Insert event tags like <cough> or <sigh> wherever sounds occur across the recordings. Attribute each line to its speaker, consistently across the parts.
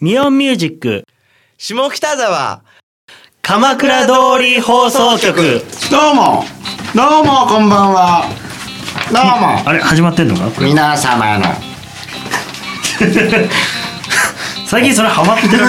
Speaker 1: ミオンミュージック、
Speaker 2: 下北沢
Speaker 1: 鎌倉通り放送局。
Speaker 3: どうもどうもこんばんはど
Speaker 1: あれ、始まってんのかこ
Speaker 3: うも
Speaker 1: れ。
Speaker 3: 皆様の
Speaker 1: 最近それハマってる <laughs>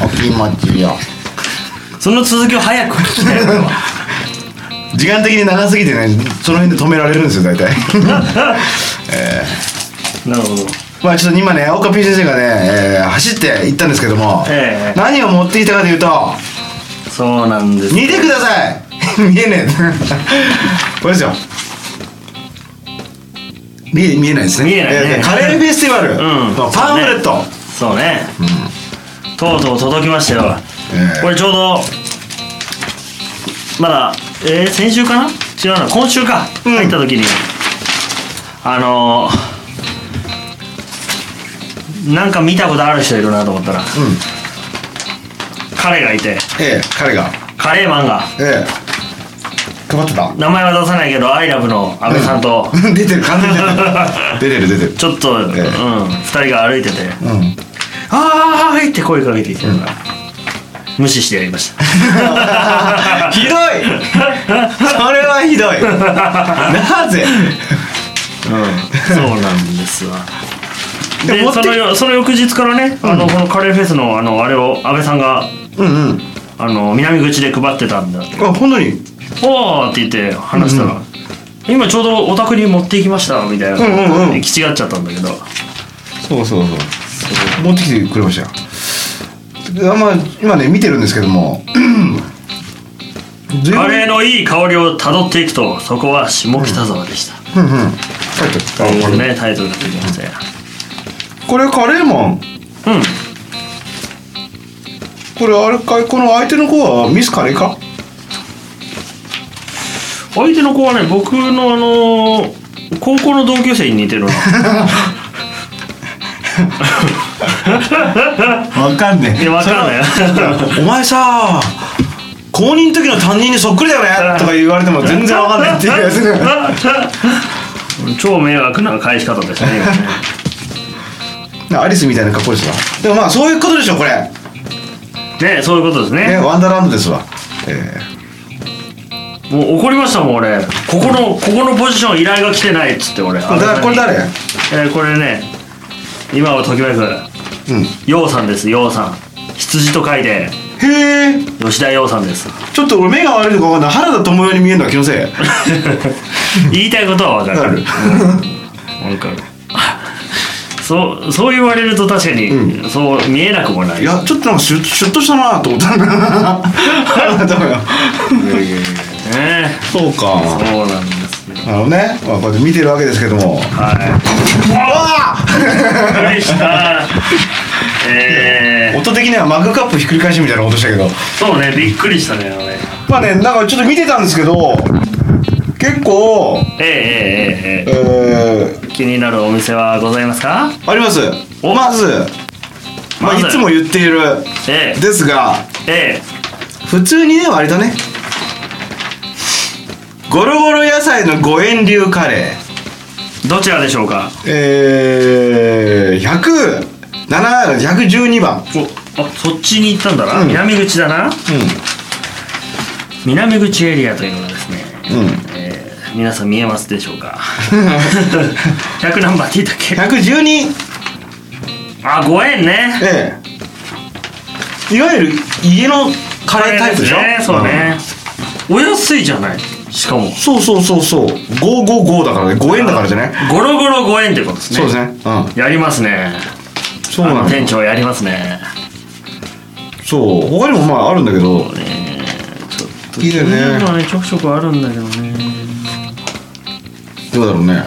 Speaker 1: な。
Speaker 3: お気持ちを
Speaker 1: その続きを早く聞きたい俺は
Speaker 3: 時間的に長すぎてねその辺で止められるんですよ
Speaker 1: <laughs>
Speaker 3: 大体
Speaker 1: なるほど。
Speaker 3: まあちょっと今ね岡 P 先生がね、えー走って行ったんですけども、
Speaker 1: ええ
Speaker 3: 何を持ってきたかというと
Speaker 1: そうなんです。
Speaker 3: 見てください <laughs> 見えねえこれですよ見え見えないですね
Speaker 1: 見えないね
Speaker 3: カレーフェスティバル
Speaker 1: うん
Speaker 3: のパンフレット、
Speaker 1: そうね。とうとう届きましたよ。
Speaker 3: ええ
Speaker 1: これちょうど、まだ、えー、先週かな違うな、今週か。
Speaker 3: うん
Speaker 1: 入った時に、あのー、なんか見たことある人いるなと思ったら、
Speaker 3: うん
Speaker 1: 彼がいて、
Speaker 3: ええ彼が
Speaker 1: カレーマンが、
Speaker 3: ええ配ってた <laughs>
Speaker 1: 名前は出さないけど、アイラブの安倍さんと、
Speaker 3: うん出てる完全に出てる出てる出てる
Speaker 1: ちょっと、うん、
Speaker 3: ええ
Speaker 1: 二人が歩いてて、
Speaker 3: うん
Speaker 1: あーはいって声かけてきたから、無視してやりました。
Speaker 3: <laughs> ひどいそれはひどいなぜ
Speaker 1: そうなんですわ。
Speaker 3: <laughs> で
Speaker 1: で
Speaker 3: 持って
Speaker 1: そのよその翌日からね、あのこのカレーフェスのあのあれを安倍さんが
Speaker 3: うんうん
Speaker 1: あの南口で配ってたんだって
Speaker 3: あ本当に
Speaker 1: 「おーって言って話したら、今ちょうどお宅に持っていきました」みたいな、
Speaker 3: うんうんうん
Speaker 1: 行き違っちゃったんだけど
Speaker 3: そうそうそう持ってきてくれましたよあまあ今ね見てるんですけど <clears throat> も
Speaker 1: カレーのいい香りをたどっていくとそこは下北沢でした、
Speaker 3: うんうんはい
Speaker 1: というこ
Speaker 3: あことれ
Speaker 1: ねタイトルがついてましたよ
Speaker 3: これカレーマン
Speaker 1: うん
Speaker 3: これあれかいこの相手の子はミスカレーか
Speaker 1: 相手の子はね僕のあのー高校の同級生に似てるな
Speaker 3: わかんね
Speaker 1: いやわかんない
Speaker 3: お前さ公認の時の担任にそっくりだよねとか言われても <laughs> 全然わかんないっていうやつ
Speaker 1: <laughs> 超迷惑な返し方ですね今ね
Speaker 3: アリスみたいな格好ですわでもまあそういうことでしょこれ
Speaker 1: ねそういうことです
Speaker 3: ね
Speaker 1: ね
Speaker 3: ワンダーランドですわえ
Speaker 1: もう怒りましたもん俺ここのここのポジション依頼が来てないっつって俺
Speaker 3: ー、だこれ誰
Speaker 1: えーこれね今をときめく
Speaker 3: うん
Speaker 1: ようさんですようさん羊と書いて
Speaker 3: へえ
Speaker 1: 吉田ようさんです
Speaker 3: ちょっと俺目が悪いのかわかんない原田知世に見えるのは気のせい
Speaker 1: <laughs> 言いたいことは分か
Speaker 3: な
Speaker 1: る
Speaker 3: る
Speaker 1: 分かるそうそう言われると確かに、そう見えなくもない
Speaker 3: いやちょっとなんかシュッシュッとしたなと思 <laughs> ったんだ原田知
Speaker 1: ね
Speaker 3: 世そうか
Speaker 1: そうなんですね
Speaker 3: なるほどね、まあ、こうやって見てるわけですけども
Speaker 1: はいびっくりしたえ
Speaker 3: 音的にはマグカップひっくり返しみたいな音したけど
Speaker 1: ー、そうねびっくりしたねあれ
Speaker 3: まあねなんかちょっと見てたんですけど結構
Speaker 1: ええええええ
Speaker 3: えー、
Speaker 1: 気になるお店はございますか
Speaker 3: あります
Speaker 1: お
Speaker 3: まず、まあ、
Speaker 1: ま
Speaker 3: い
Speaker 1: ず
Speaker 3: つも言っている
Speaker 1: え
Speaker 3: ですが
Speaker 1: ええ
Speaker 3: 普通にね割とねゴロゴロ野菜の五円流カレ
Speaker 1: えどちらでしょうか
Speaker 3: ーえー、100112番
Speaker 1: おあそっちに行ったんだな、
Speaker 3: うん
Speaker 1: 南口だな南口エリアというのがですね、
Speaker 3: うんうん
Speaker 1: えー皆さん見えますでしょうか <laughs> 100ナンバーって言ったっ
Speaker 3: <laughs>
Speaker 1: け
Speaker 3: 112
Speaker 1: あご縁ね
Speaker 3: ええいわゆる家のカレータイプでしょ
Speaker 1: ご縁すねそうね、お安いじゃないしかも
Speaker 3: うんそうそうそうそう555だからね5円だからじゃない、
Speaker 1: ゴロゴロご縁ってことですね
Speaker 3: そうですねうん
Speaker 1: やりますね
Speaker 3: そう
Speaker 1: あ
Speaker 3: な
Speaker 1: の
Speaker 3: んだ
Speaker 1: 店長やりますね
Speaker 3: そう他にもまああるんだけど
Speaker 1: ねちょっと
Speaker 3: いいよね
Speaker 1: 気になるのはねちょくちょくあるんだけどね
Speaker 3: どうだろうね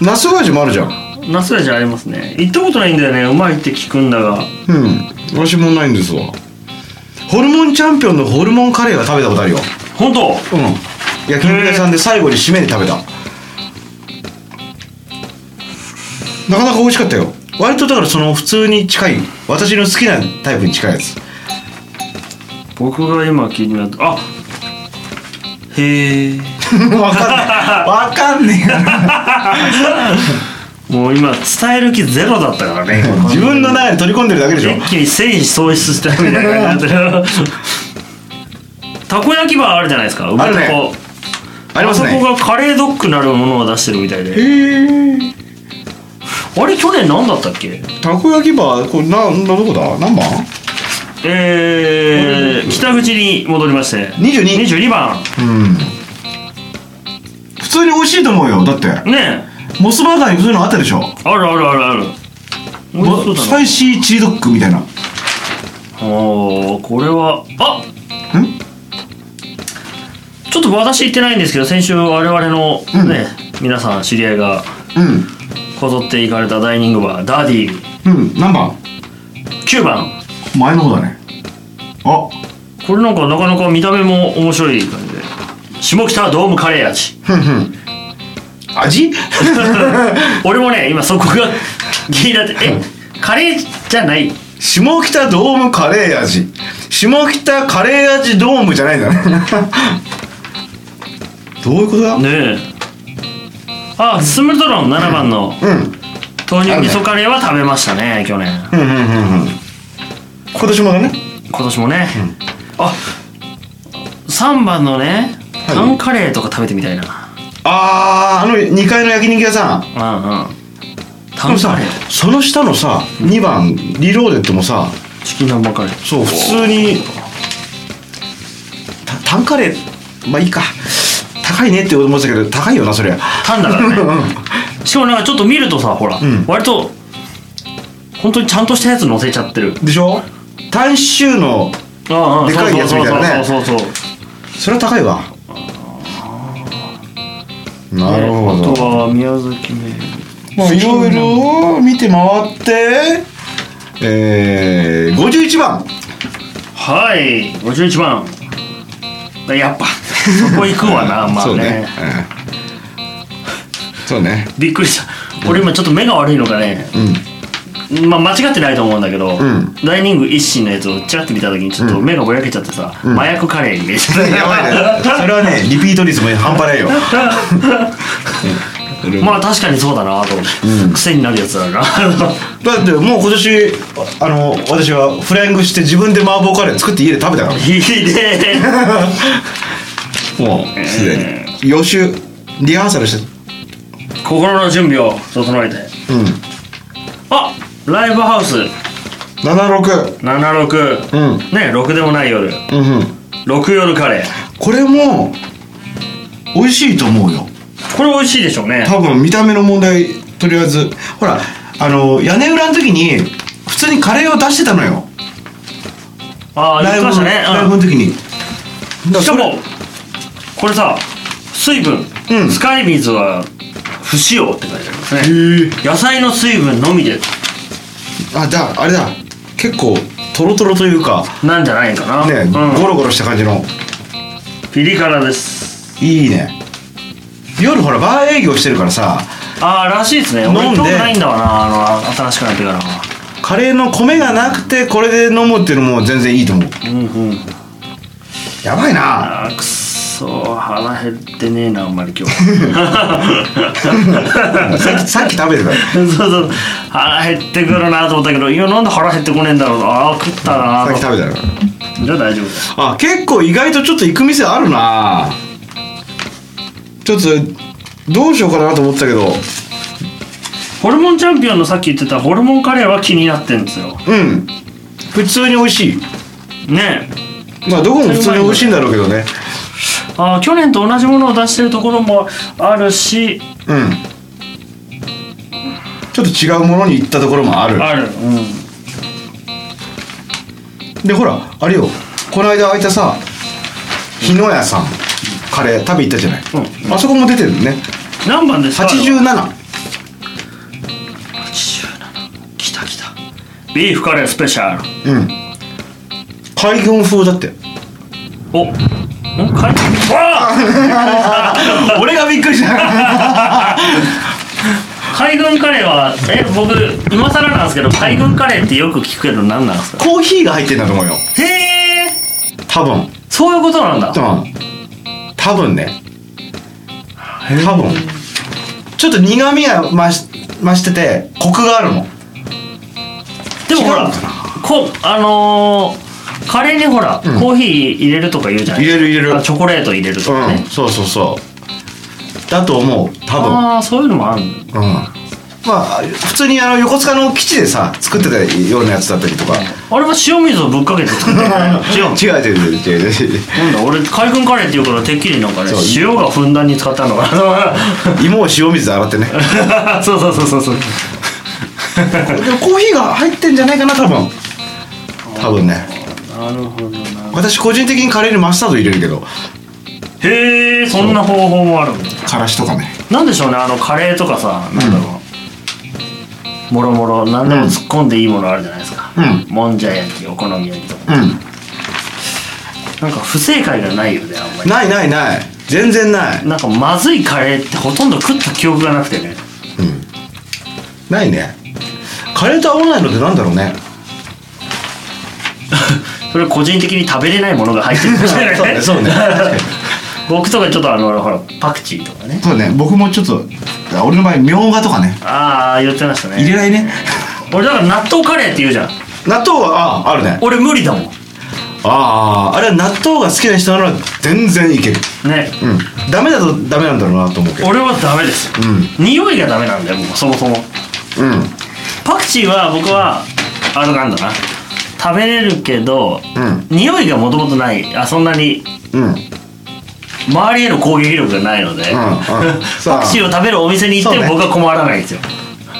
Speaker 3: ナスガジもあるじゃん
Speaker 1: ナスじゃありますね行ったことないんだよねうまいって聞くんだが
Speaker 3: うん私もないんですわホルモンチャンピオンのホルモンカレーは食べたことあるよ
Speaker 1: 本当
Speaker 3: うん焼き肉屋さんで最後に締めに食べたなかなか美味しかったよ割とだからその普通に近い私の好きなタイプに近
Speaker 1: <laughs>
Speaker 3: いやつ
Speaker 1: 僕が今気になったあへえ
Speaker 3: 分かんねえ分かんねえ
Speaker 1: もう今伝える気ゼロだったからね
Speaker 3: 自分の中に取り込んでるだけでしょ
Speaker 1: 一気に繊維喪失したみたいな感じになってる <laughs> たこ焼きバーあるじゃないですか梅
Speaker 3: ある
Speaker 1: の
Speaker 3: ね
Speaker 1: 子
Speaker 3: あります
Speaker 1: そこ
Speaker 3: ね
Speaker 1: がカレードッグなるものを出してるみたいであれ去年何だったっけ
Speaker 3: たこ焼きバーこれななどこだ何番
Speaker 1: えー、北口に戻りまして
Speaker 3: 22
Speaker 1: 22番
Speaker 3: うん普通に美味しいと思うよだって
Speaker 1: ね
Speaker 3: モスバーガーにそういうのあったでしょ
Speaker 1: えあるあるあるある美味しそうだ
Speaker 3: ス
Speaker 1: な
Speaker 3: パイシーチリドッグみたいな
Speaker 1: おーこれはあ
Speaker 3: ん
Speaker 1: ちょっと私行ってないんですけど先週我々の
Speaker 3: うん
Speaker 1: ね、皆さん知り合いが
Speaker 3: うん
Speaker 1: こぞって行かれたダイニングバーダーディー
Speaker 3: うん何番
Speaker 1: 9番
Speaker 3: 前の方だねあ
Speaker 1: これなんかなかなか見た目も面白い感じで下北ドームカレー味
Speaker 3: ふんふん味 <laughs>
Speaker 1: 俺もね今そこが気になってえカレーじゃない
Speaker 3: 下北ドームカレー味下北カレー味ドームじゃないんだね <laughs> どういうことだ
Speaker 1: ねえあスムトロン7番の
Speaker 3: うんうん
Speaker 1: 豆乳味噌カレーは食べましたね去年
Speaker 3: うんうんうん今年もだね
Speaker 1: 今年もね、あ3番のね
Speaker 3: はい
Speaker 1: タンカレーとか食べてみたいな、
Speaker 3: あああの2階の焼肉屋さん
Speaker 1: うんうんタ
Speaker 3: で
Speaker 1: ン
Speaker 3: もさ
Speaker 1: カレー
Speaker 3: その下のさ2番リローデッドもさ
Speaker 1: チキン南蛮カレー
Speaker 3: そう普通にたタンカレーまあいいか高いねって思ってたけど高いよなそりゃ
Speaker 1: タンだからねしかもなんかちょっと見るとさほら、
Speaker 3: ん
Speaker 1: 割と本当にちゃんとしたやつ乗せちゃってる
Speaker 3: でしょタンシューの
Speaker 1: ああ
Speaker 3: でかいやつ
Speaker 1: そう
Speaker 3: み
Speaker 1: そ
Speaker 3: た
Speaker 1: う
Speaker 3: いなね
Speaker 1: そうそうそう
Speaker 3: それは高いわなるほ
Speaker 1: あと
Speaker 3: ど
Speaker 1: は宮崎名
Speaker 3: まあいろいろ見て回ってえー、51番
Speaker 1: はい51番や
Speaker 3: <laughs>
Speaker 1: っぱそこ行くわなまあ
Speaker 3: そう
Speaker 1: ね
Speaker 3: ね、うんそうね
Speaker 1: びっくりした俺今ちょっと目が悪いのかね、
Speaker 3: うん
Speaker 1: まあ、間違ってないと思うんだけど、
Speaker 3: ん
Speaker 1: ダイニング一心のやつをチラッと見た時にちょっと目がぼやけちゃってさ、麻薬カレーに見えちゃった
Speaker 3: <laughs> やばいねそれはねリピート率も半端ないようん
Speaker 1: まあ確かにそうだなと思って、
Speaker 3: うん
Speaker 1: 癖になるやつだ <laughs> な
Speaker 3: だってもう今年あの私はフライングして自分で麻婆カレー作って家で食べたから
Speaker 1: いいね
Speaker 3: <laughs> もうすでに予習リハーサルして
Speaker 1: 心の準備を整えて
Speaker 3: うん
Speaker 1: あライブハウス
Speaker 3: 76
Speaker 1: 76、
Speaker 3: うん
Speaker 1: ね6でもない夜
Speaker 3: うんうん
Speaker 1: 6夜カレー
Speaker 3: これも美味しいと思うよ
Speaker 1: これ美味しいでしょうね
Speaker 3: 多分見た目の問題とりあえずほらあの屋根裏の時に普通にカレーを出してたのよ
Speaker 1: ああ言
Speaker 3: ラ
Speaker 1: っ
Speaker 3: イ
Speaker 1: て
Speaker 3: ブ
Speaker 1: ま
Speaker 3: の
Speaker 1: した
Speaker 3: ライ
Speaker 1: ね、
Speaker 3: ブの時に
Speaker 1: う
Speaker 3: だ
Speaker 1: ん、しからもこれさ水分、
Speaker 3: うん
Speaker 1: 使い水は不使用って書いてありますね
Speaker 3: それへえ
Speaker 1: 野菜の水分のみで
Speaker 3: あじゃああれだ結構トロトロというか
Speaker 1: なんじゃないかな、
Speaker 3: ね、
Speaker 1: う
Speaker 3: ゴロゴロした感じの
Speaker 1: ん、ピリ辛です
Speaker 3: いいね夜ほらバー営業してるからさ
Speaker 1: ああらしいですね
Speaker 3: んで
Speaker 1: 俺興味ないんだわなあの新しくなってからは
Speaker 3: カレーの米がなくてこれで飲むっていうのも全然いいと思う
Speaker 1: うんうん
Speaker 3: やばいな
Speaker 1: あーくっそー腹減ってねえなあんまり
Speaker 3: <laughs>
Speaker 1: 今日そ
Speaker 3: さっきさっき食べてたさ
Speaker 1: うそう腹減ってくるなと思ったけど今なんで腹減ってこねえんだろうああ食ったな
Speaker 3: っ
Speaker 1: ー
Speaker 3: き
Speaker 1: と
Speaker 3: 食べてたから
Speaker 1: じゃあ大丈夫です
Speaker 3: あ結構意外とちょっと行く店あるなちょっとどうしようかなと思ってたけど
Speaker 1: ホルモンチャンピオンのさっき言ってたホルモンカレーは気になってんですよ
Speaker 3: うん普通に美味しい
Speaker 1: ねえ
Speaker 3: まあどこも普通に美味しいんだろうけどね
Speaker 1: あー去年と同じものを出してるところもあるし
Speaker 3: うんちょっと違うものに行ったところもある
Speaker 1: あるうん
Speaker 3: でほらあれよこの間開いたさ日野屋さんカレー食べ行ったじゃない、
Speaker 1: う
Speaker 3: あそこも出てるね
Speaker 1: 何番ですか
Speaker 3: 87
Speaker 1: 87きたきたビーフカレースペシャル
Speaker 3: うん海軍風だって
Speaker 1: おんかいわ
Speaker 3: <laughs> 俺がびっくりした
Speaker 1: あ海軍カレーはえ僕今更なんですけど海軍カレーってよく聞くけど何なんですか
Speaker 3: <laughs> コーヒーが入ってんだと思うよ
Speaker 1: へえ
Speaker 3: 多分
Speaker 1: そういうことなんだ
Speaker 3: 多分多分ね多分ちょっと苦味が増し増しててコクがあるの
Speaker 1: でもほ
Speaker 3: 違う
Speaker 1: ら
Speaker 3: のかな
Speaker 1: こあのーカレーにほら、コーヒー入れるとか言うじゃない
Speaker 3: 入れる入れる
Speaker 1: あチョコレート入れるとか
Speaker 3: うん
Speaker 1: ね、
Speaker 3: そうそうそうだと思う多分
Speaker 1: ああそういうのもある
Speaker 3: うんまあ普通にあの横須賀の基地でさ作ってたようなやつだったりとか
Speaker 1: あれは塩水をぶっかけて作ってるんじゃないの違うの
Speaker 3: 違う違う違う違う違う
Speaker 1: なんだ俺海軍カレーっていうからてっきりなんかね
Speaker 3: そう
Speaker 1: 塩がふんだんに使ったのか
Speaker 3: <laughs> 芋を塩水で洗ってね
Speaker 1: なそうそうそうそうそう
Speaker 3: でもコーヒーが入ってんじゃないかな多分多分ね
Speaker 1: なるほどな
Speaker 3: 私個人的にカレーにマスタード入れるけど
Speaker 1: へえそんな方法もあるんだ
Speaker 3: からしとかね
Speaker 1: なんでしょうねあのカレーとかさなんだろう、もろもろ何でも突っ込んでいいものあるじゃないですか、
Speaker 3: うん
Speaker 1: もんじゃ焼きお好み焼きとか
Speaker 3: う
Speaker 1: なんか不正解がないよねあんま
Speaker 3: ん
Speaker 1: り
Speaker 3: ないないない全然ない
Speaker 1: なんかまずいカレーってほとんど食った記憶がなくてね
Speaker 3: ないねカレーと合わないのってなんだろうね
Speaker 1: それ個人的に食べれないものが入ってるんですよね
Speaker 3: そうねそうね
Speaker 1: <laughs> 僕とかちょっとあのほらパクチーとかね
Speaker 3: そうね僕もちょっと俺の場合みょうがとかね
Speaker 1: ああ言ってましたね
Speaker 3: 入れないね
Speaker 1: 俺だから納豆カレーって言うじゃん
Speaker 3: 納豆はああるね
Speaker 1: 俺無理だもん
Speaker 3: あああれは納豆が好きな人なら全然いける
Speaker 1: ね
Speaker 3: うんダメだとダメなんだろうなと思うけど
Speaker 1: 俺はダメですよ、匂いがダメなんだよもうそもそも
Speaker 3: うん
Speaker 1: パクチーは僕はあれなんだな食べれるけど、
Speaker 3: う
Speaker 1: 匂いがもともとないあそんなに
Speaker 3: うんうん
Speaker 1: 周りへの攻撃力がないので、 <laughs>
Speaker 3: うん
Speaker 1: パクチーを食べるお店に行って
Speaker 3: そうね
Speaker 1: 僕は困らないんですよ、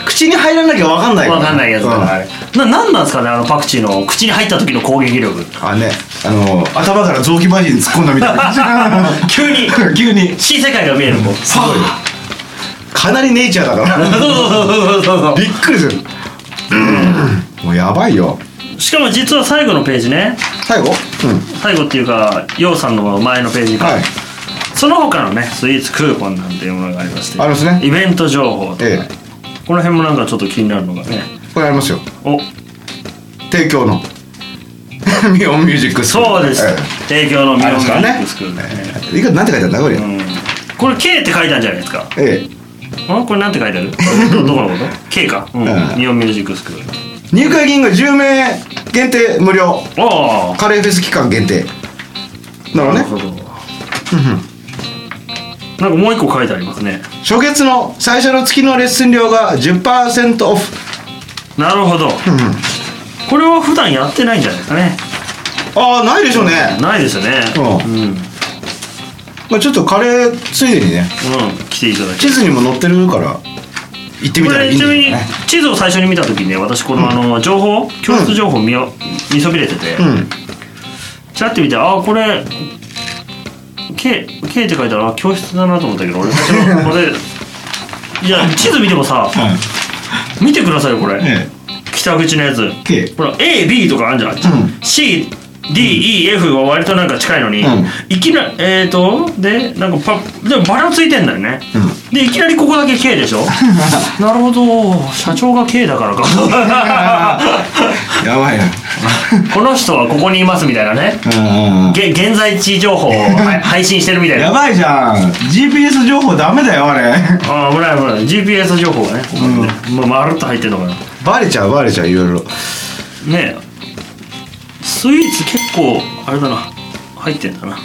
Speaker 3: 口に入らなきゃ分かんない
Speaker 1: わかんないやつだから、あ
Speaker 3: うん
Speaker 1: れななんなんですかねあのパクチーの口に入った時の攻撃力
Speaker 3: あねあの頭から雑木バジに突っ込んだみたいな感
Speaker 1: <laughs>
Speaker 3: じ
Speaker 1: 急に
Speaker 3: <laughs> 急に
Speaker 1: 新世界が見えるもん
Speaker 3: すごいかなりネイチャーだ
Speaker 1: <laughs>
Speaker 3: から
Speaker 1: そうそうそうそうそう
Speaker 3: びっくりするうんもうやばいよ
Speaker 1: しかも実は最後のページね
Speaker 3: 最後うん
Speaker 1: 最後っていうかようさんの前のページか、
Speaker 3: はい
Speaker 1: その他のねスイーツクーポンなんていうものがありまして
Speaker 3: ありますね
Speaker 1: イベント情報とか、
Speaker 3: ええ
Speaker 1: この辺もなんかちょっと気になるのがね
Speaker 3: これありますよ
Speaker 1: お
Speaker 3: 提供
Speaker 1: <laughs>
Speaker 3: のミオンミュージックスクール
Speaker 1: そうです、
Speaker 3: え
Speaker 1: 提供のミ
Speaker 3: え
Speaker 1: オ
Speaker 3: あ
Speaker 1: ン
Speaker 3: り
Speaker 1: ミュ
Speaker 3: ますから
Speaker 1: ージッ
Speaker 3: ね
Speaker 1: クスクールね
Speaker 3: いくらなんて書いてあるんだこれ
Speaker 1: うんこれ K って書いたんじゃないですか
Speaker 3: ええ
Speaker 1: んこれなんて書いてあ
Speaker 3: <laughs>
Speaker 1: るどどこのこと K か、うん
Speaker 3: うん
Speaker 1: ミオンミュージックスクール
Speaker 3: 入会金が10名限定無料
Speaker 1: あ
Speaker 3: カレーフェス期間限定な
Speaker 1: あ
Speaker 3: の
Speaker 1: な
Speaker 3: ね
Speaker 1: るほどなんかもう一個書いてありますね
Speaker 3: 初月の最初の月のレッスン料が10%オフ
Speaker 1: なるほどこれは普段やってないんじゃないですかね
Speaker 3: ああないでしょうね、
Speaker 1: ないですよね
Speaker 3: うん
Speaker 1: うん、うん、
Speaker 3: まあ、ちょっとカレーついでにね
Speaker 1: 来ていただき
Speaker 3: 地図にも載ってるから行ってみ
Speaker 1: こ
Speaker 3: たらい
Speaker 1: れ
Speaker 3: いん
Speaker 1: ち
Speaker 3: だ
Speaker 1: な
Speaker 3: よ
Speaker 1: みに
Speaker 3: ね
Speaker 1: 地図を最初に見た時にね私このあの情報教室情報見よ見そびれてて
Speaker 3: うん
Speaker 1: チラッて見てああこれ K, K って書いたらあ教室だなと思ったけど俺最初これいや地図見てもさ見てくださいよこれ、
Speaker 3: え
Speaker 1: 北口のやつ
Speaker 3: K
Speaker 1: ほら AB とかあるじゃん、
Speaker 3: ん
Speaker 1: CDEF は割となんか近いのに、
Speaker 3: うん
Speaker 1: いきなりえーとでなんかパでもバラついてんだよね、でいきなりここだけ K で
Speaker 3: <laughs>
Speaker 1: しょなるほど社長が K だからか <laughs>
Speaker 3: やばいな
Speaker 1: この人はここにいますみたいなね
Speaker 3: うん
Speaker 1: げ現在地情
Speaker 3: <laughs>
Speaker 1: 報をはい配信してるみたいな
Speaker 3: ばいじゃん GPS 情報ダメだよあれ
Speaker 1: <laughs> ああ危ない危ない GPS 情報がね、もうまるっと入ってるのかな
Speaker 3: バレちゃうバレちゃういろいろ
Speaker 1: ねえスイーツ結構あれだな入ってんだな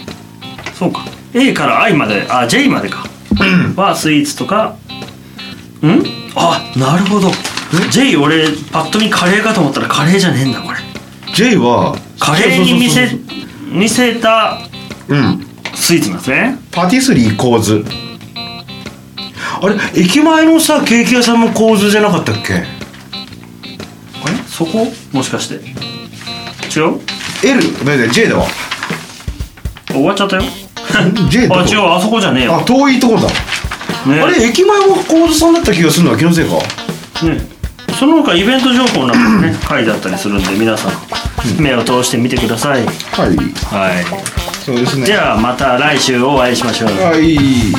Speaker 1: そうか A から I まであ J までかはスイーツとかんあなるほど J 俺パッと見カレーかと思ったらカレーじゃねえんだこれ
Speaker 3: J は
Speaker 1: カレーに見せ
Speaker 3: そうそう
Speaker 1: 見せた
Speaker 3: そうそううん
Speaker 1: スイーツなんですね
Speaker 3: パティスリー構図あれ駅前のさケーキ屋さんも構図じゃなかったっけ
Speaker 1: あれそこもしかして違う
Speaker 3: L だよ J だわ
Speaker 1: 終わっちゃったよ
Speaker 3: J どこ
Speaker 1: あ違うあそこじゃねえよ
Speaker 3: あ遠いところだ、
Speaker 1: ね
Speaker 3: あれ駅前も構図さんだった気がするのは気のせいか
Speaker 1: ね、その他イベント情報なんかもね書いてあったりするんで皆さん目を通してみてください、
Speaker 3: はい
Speaker 1: はい、
Speaker 3: そうですね
Speaker 1: じゃあまた来週お会いしましょう
Speaker 3: はい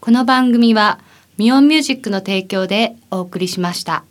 Speaker 4: この番組はミオンミュージックの提供でお送りしました。